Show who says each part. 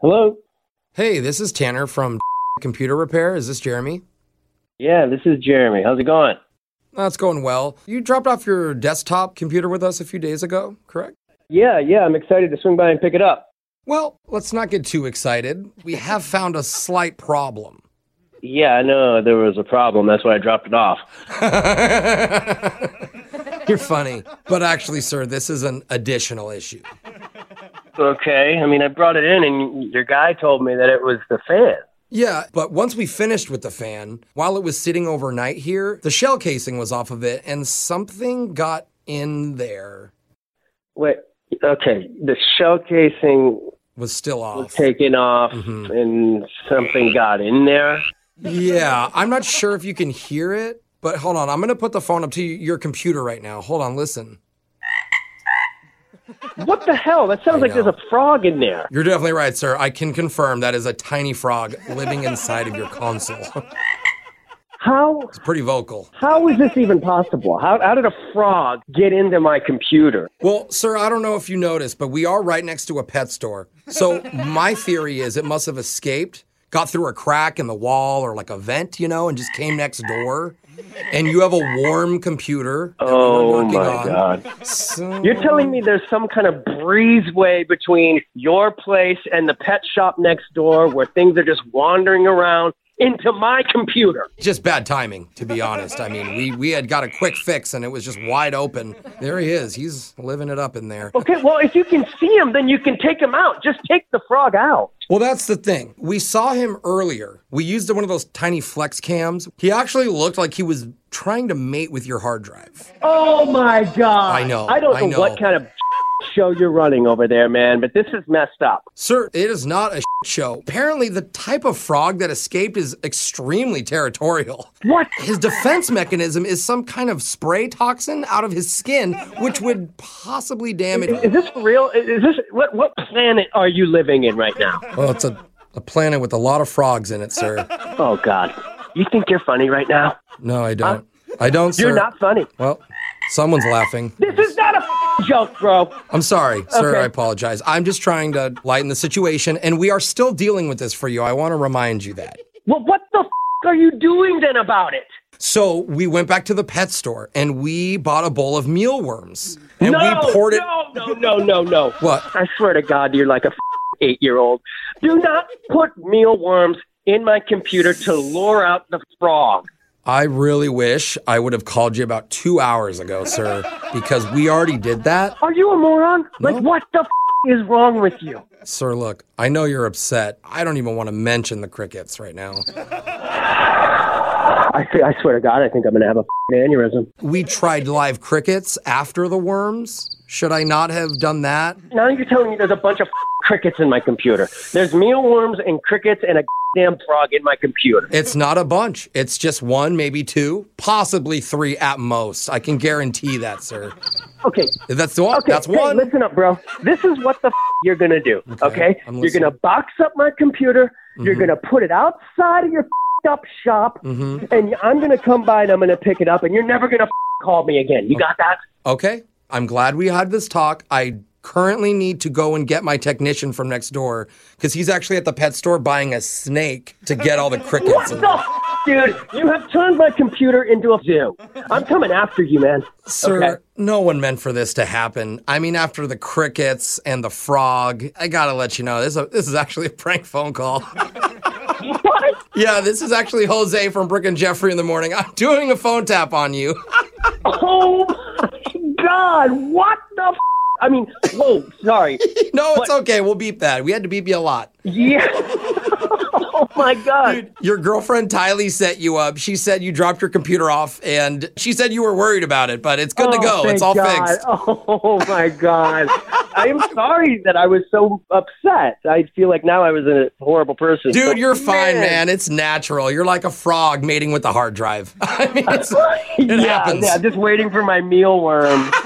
Speaker 1: Hello.
Speaker 2: Hey, this is Tanner from Computer Repair. Is this Jeremy?
Speaker 1: Yeah, this is Jeremy. How's it going?
Speaker 2: That's going well. You dropped off your desktop computer with us a few days ago, correct?
Speaker 1: Yeah, yeah. I'm excited to swing by and pick it up.
Speaker 2: Well, let's not get too excited. We have found a slight problem.
Speaker 1: Yeah, I know there was a problem. That's why I dropped it off.
Speaker 2: You're funny. But actually, sir, this is an additional issue.
Speaker 1: Okay. I mean, I brought it in, and your guy told me that it was the fan.
Speaker 2: Yeah, but once we finished with the fan, while it was sitting overnight here, the shell casing was off of it and something got in there.
Speaker 1: Wait. Okay. The shell casing
Speaker 2: Was still
Speaker 1: was
Speaker 2: off.
Speaker 1: taken off, and something got in there.
Speaker 2: Yeah, I'm not sure if you can hear it, but hold on. I'm going to put the phone up to your computer right now. Hold on, listen.
Speaker 1: What the hell? That sounds like there's a frog in there.
Speaker 2: You're definitely right, sir. I can confirm that is a tiny frog living inside of your console.
Speaker 1: How
Speaker 2: it's pretty vocal.
Speaker 1: how is this even possible? How how did a frog get into my computer?
Speaker 2: Well, sir, I don't know if you noticed, but we are right next to a pet store. So my theory is it must have escaped, got through a crack in the wall or like a vent, you know, and just came next door. And you have a warm computer. that we were
Speaker 1: Oh
Speaker 2: working
Speaker 1: my
Speaker 2: on.
Speaker 1: god.
Speaker 2: So-
Speaker 1: You're telling me there's some kind of breezeway between your place and the pet shop next door where things are just wandering around into my computer.
Speaker 2: just bad timing, to be honest. I mean, we, we had got a quick fix and it was just wide open. There he is. He's living it up in there.
Speaker 1: Okay, well, if you can see him, then you can take him out. Just take the frog out.
Speaker 2: Well, that's the thing. We saw him earlier. We used one of those tiny flex cams. He actually looked like he was trying to mate with your hard drive.
Speaker 1: Oh my god.
Speaker 2: I know,
Speaker 1: I don't
Speaker 2: I
Speaker 1: know,
Speaker 2: know.
Speaker 1: what kind of show you're running over there, man, but this is messed up.
Speaker 2: Sir, it is not a shit show. Apparently, the type of frog that escaped is extremely territorial.
Speaker 1: What?
Speaker 2: His defense mechanism is some kind of spray toxin out of his skin, which would possibly damage.
Speaker 1: Is this for real? Is this what what planet are you living in right now?
Speaker 2: Oh, it's a, a planet with a lot of frogs in it, sir.
Speaker 1: Oh god. You think you're funny right now?
Speaker 2: No, I don't. I don't, sir.
Speaker 1: Uh, You're not funny.
Speaker 2: Well, someone's laughing.
Speaker 1: This is not a joke, bro.
Speaker 2: I'm sorry, sir.
Speaker 1: Okay.
Speaker 2: I apologize. I'm just trying to lighten the situation, and we are still dealing with this for you. I want to remind you that.
Speaker 1: Well, what the f- are you doing then about it?
Speaker 2: So we went back to the pet store and we bought a bowl of mealworms, and
Speaker 1: no,
Speaker 2: we poured it.
Speaker 1: no, no, no, no, no.
Speaker 2: What?
Speaker 1: I swear to God, you're like a f- eight-year-old. Do not put mealworms in my computer to lure out the frog.
Speaker 2: I really wish I would have called you about two hours ago, sir, because we already did that.
Speaker 1: Are you a moron? Like, what the f- is wrong with you?
Speaker 2: Sir, look, I know you're upset. I don't even want to mention the crickets right now.
Speaker 1: I, thi- I swear to God, I think I'm gonna have a f- aneurysm.
Speaker 2: We tried live crickets after the worms. Should I not have done that?
Speaker 1: Now you're telling me there's a bunch of f- crickets in my computer. There's mealworms and crickets and a damn frog in my computer.
Speaker 2: It's not a bunch. It's just one, maybe two, possibly three at most. I can guarantee that, sir.
Speaker 1: Okay,
Speaker 2: That's the one.
Speaker 1: Okay,
Speaker 2: That's
Speaker 1: hey,
Speaker 2: one.
Speaker 1: listen up, bro. This is what the f- you're gonna do. Okay,
Speaker 2: I'm
Speaker 1: you're
Speaker 2: listening. Mm-hmm.
Speaker 1: gonna box up my computer. You're gonna put it outside of your f- up shop,
Speaker 2: Mm-hmm.
Speaker 1: and I'm gonna come by and I'm gonna pick it up, and you're never gonna f- call me again. You got that?
Speaker 2: Okay. I'm glad we had this talk. I currently need to go and get my technician from next door because he's actually at the pet store buying a snake to get all the crickets.
Speaker 1: What the f- dude? You have turned my computer into a zoo. I'm coming after you, man.
Speaker 2: Sir,
Speaker 1: Okay.
Speaker 2: no one meant for this to happen. I mean, after the crickets and the frog, I gotta let you know this. Is a, this is actually a prank phone call.
Speaker 1: What?
Speaker 2: yeah, this is actually Jose from Brick and Jeffrey in the morning. I'm doing a phone tap on you.
Speaker 1: Oh my god! What the? F- I mean, whoa. Sorry.
Speaker 2: no, it's okay. We'll beep that. We had to beep you a lot.
Speaker 1: Yeah. oh my god.
Speaker 2: Your girlfriend Tylee set you up. She said you dropped your computer off, and she said you were worried about it, but it's good to
Speaker 1: Oh,
Speaker 2: go. It's
Speaker 1: thank
Speaker 2: all
Speaker 1: God.
Speaker 2: fixed.
Speaker 1: Oh my God! I am sorry that I was so upset. I feel like now I was a horrible person.
Speaker 2: Dude, you're fine, man. It's natural. You're like a frog mating with a hard drive. I mean, it's, it
Speaker 1: yeah,
Speaker 2: happens.
Speaker 1: yeah, just waiting for my mealworm.